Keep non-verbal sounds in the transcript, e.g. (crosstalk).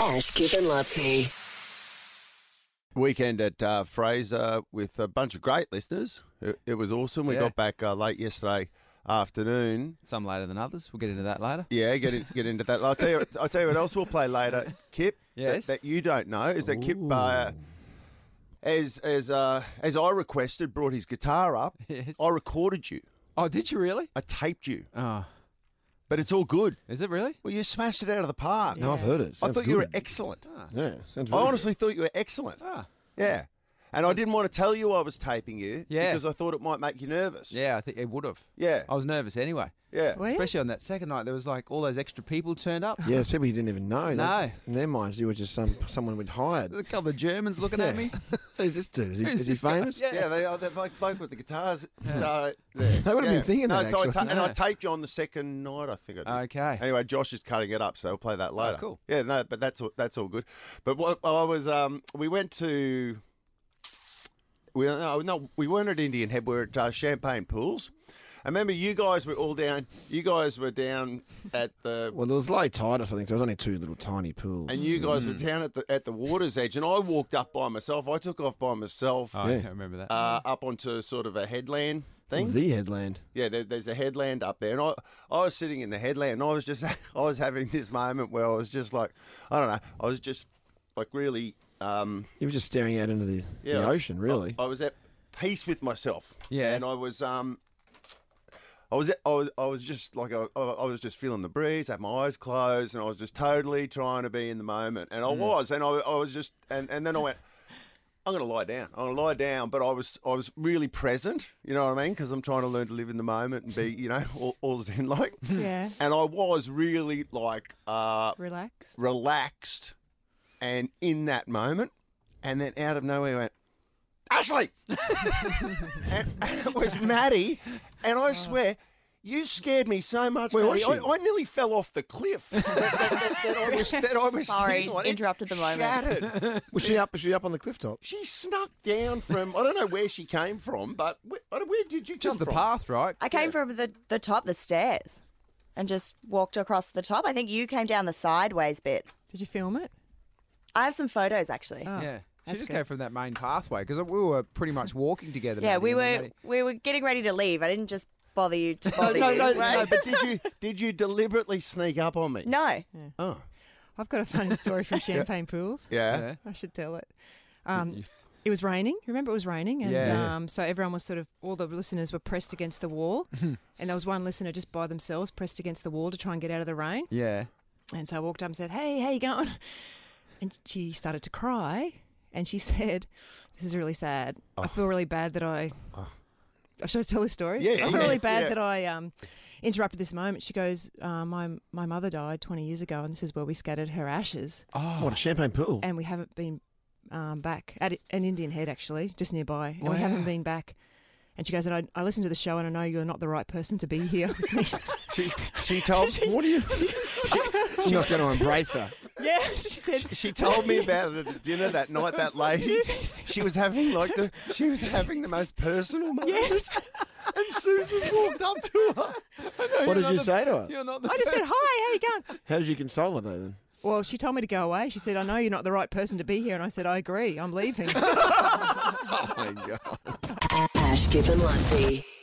Ash, Kip, and Lutzi. Weekend at uh, Fraser with a bunch of great listeners. It, it was awesome. We Yeah. got back uh, late yesterday afternoon. Some later than others. We'll get into that later. Yeah, get in, get into that. I'll tell you. I'll tell you what else we'll play later, Kip. that- Yes. That, you don't know is that Kip, uh, as as uh, as I requested, brought his guitar up. (laughs) Yes. I recorded you. Oh, did you really? I taped you. Oh, Ah. But it's all good. is it really? Well, you smashed it out of the park. No, I've heard it. I Sounds thought you were good. excellent. Yeah, sounds I very honestly thought you were excellent. Ah, Yeah. And I didn't want to tell you I was taping you Yeah. because I thought it might make you nervous. yeah. I think it would have. Yeah. Oh, I was nervous anyway. Yeah. Oh, Especially on that second night, there was like all those extra people turned up. good. Yeah, it's people you didn't even know. They- No. in their minds, you were just some someone we'd hired. There's (laughs) a couple of Germans looking at Yeah. me. (laughs) Who's this dude? Is he, Who's is he this guy? famous? Yeah. Yeah, they are. They're like bloke with the guitars. Uh, there. (laughs) They would've been Yeah. thinking no, that, So I actually. Oh, ta- and I Yeah. taped you on the second night, I think. I did. Okay. Anyway, Josh is cutting it up, so we'll play that later. cool. Yeah, no, but that's all, that's all good. But what I was, um, we went to, we no, no, we weren't at Indian Head. We were at uh, Champagne Pools. I remember you guys were all down. You guys were down at the Well, there was low tide or something, so there was only two little tiny pools. and you guys were Hmm. down at the at the water's edge, and I walked up by myself. I took off by myself Oh, Yeah. I remember that. uh, up onto sort of a headland thing. the headland. yeah, there, there's a headland up there, and I I was sitting in the headland. And I was just (laughs) I was having this moment where I was just like I don't know. I was just like really um, You were just staring out into the, yeah, the I was- ocean, really. Oh, I, I was at peace with myself. Yeah. and I was um. I was, I was I was just like I, I I was just feeling the breeze, had my eyes closed, and I was just totally trying to be in the moment, and I Mm. was, and I, I was just, and, and then I went, I'm going to lie down. I'm going to lie down, but I was I was really present. You know what I mean? Because I'm trying to learn to live in the moment and be, you know, all, all zen like. Yeah. And I was really like uh, Relax. relaxed and in that moment. And then out of nowhere, I went, Ashley! and, and it was Maddie. And I swear, you scared me so much. Where was Maddie. she? I, I nearly fell off the cliff that, that- that- that I was, that I was Sorry, sitting on. It interrupted the moment. Shattered. oh. was she up? Was she up on the cliff top? She snuck down from, I don't know where she came from, but where, where did you come Just the from? path, right? I came from the, the top, the stairs, and just walked across the top. I think you came down the sideways bit. Did you film it? I have some photos actually. Oh, Yeah. She that's just good. came from that main pathway because we were pretty much walking together. yeah, Maddie, we and then were Maddie- we were getting ready to leave. I didn't just bother you to (laughs) Oh, No, bother no, you. no, right? no, but did you did you deliberately sneak up on me? No. Oh. I've got a funny story from Champagne Pools. Yeah. Yeah. I should tell it. Um, it was raining. Remember, it was raining, and Yeah. um, so everyone was sort of all the listeners were pressed against the wall, and there was one listener just by themselves pressed against the wall to try and get out of the rain. Yeah. And so I walked up and said, "Hey, how you going?" And she started to cry, and she (laughs) said, "This is really sad. I feel really bad that I." Should I tell this story? Oh. Yeah, I feel yeah, really bad yeah. that I um, interrupted this moment. She goes, uh, "My my mother died 20 years ago, and this is where we scattered her ashes, Oh, what a champagne pool! and we haven't been um, back at i- an Indian Head actually, just nearby, and Wow. we haven't been back." And she goes, "And I, I listened to the show, and I know you're not the right person to be here (laughs) with me." She she (laughs) told what are you? I'm not going to (laughs) embrace her. yeah, (laughs) she said. She told me about it at dinner (laughs) that night. That lady, she was having like the she was (laughs) having the most personal (laughs) moment. Yes. And Susan walked up to (laughs) her. What did not you the- say to her? (laughs) You're not the I just said, person. "Hi, how you going?" How did you console her though? Then Well, she told me to go away. She said, I know you're not the right person to be here. And I said, I (laughs) agree. I'm leaving. oh my god. Ash, Kip, and Lutzi.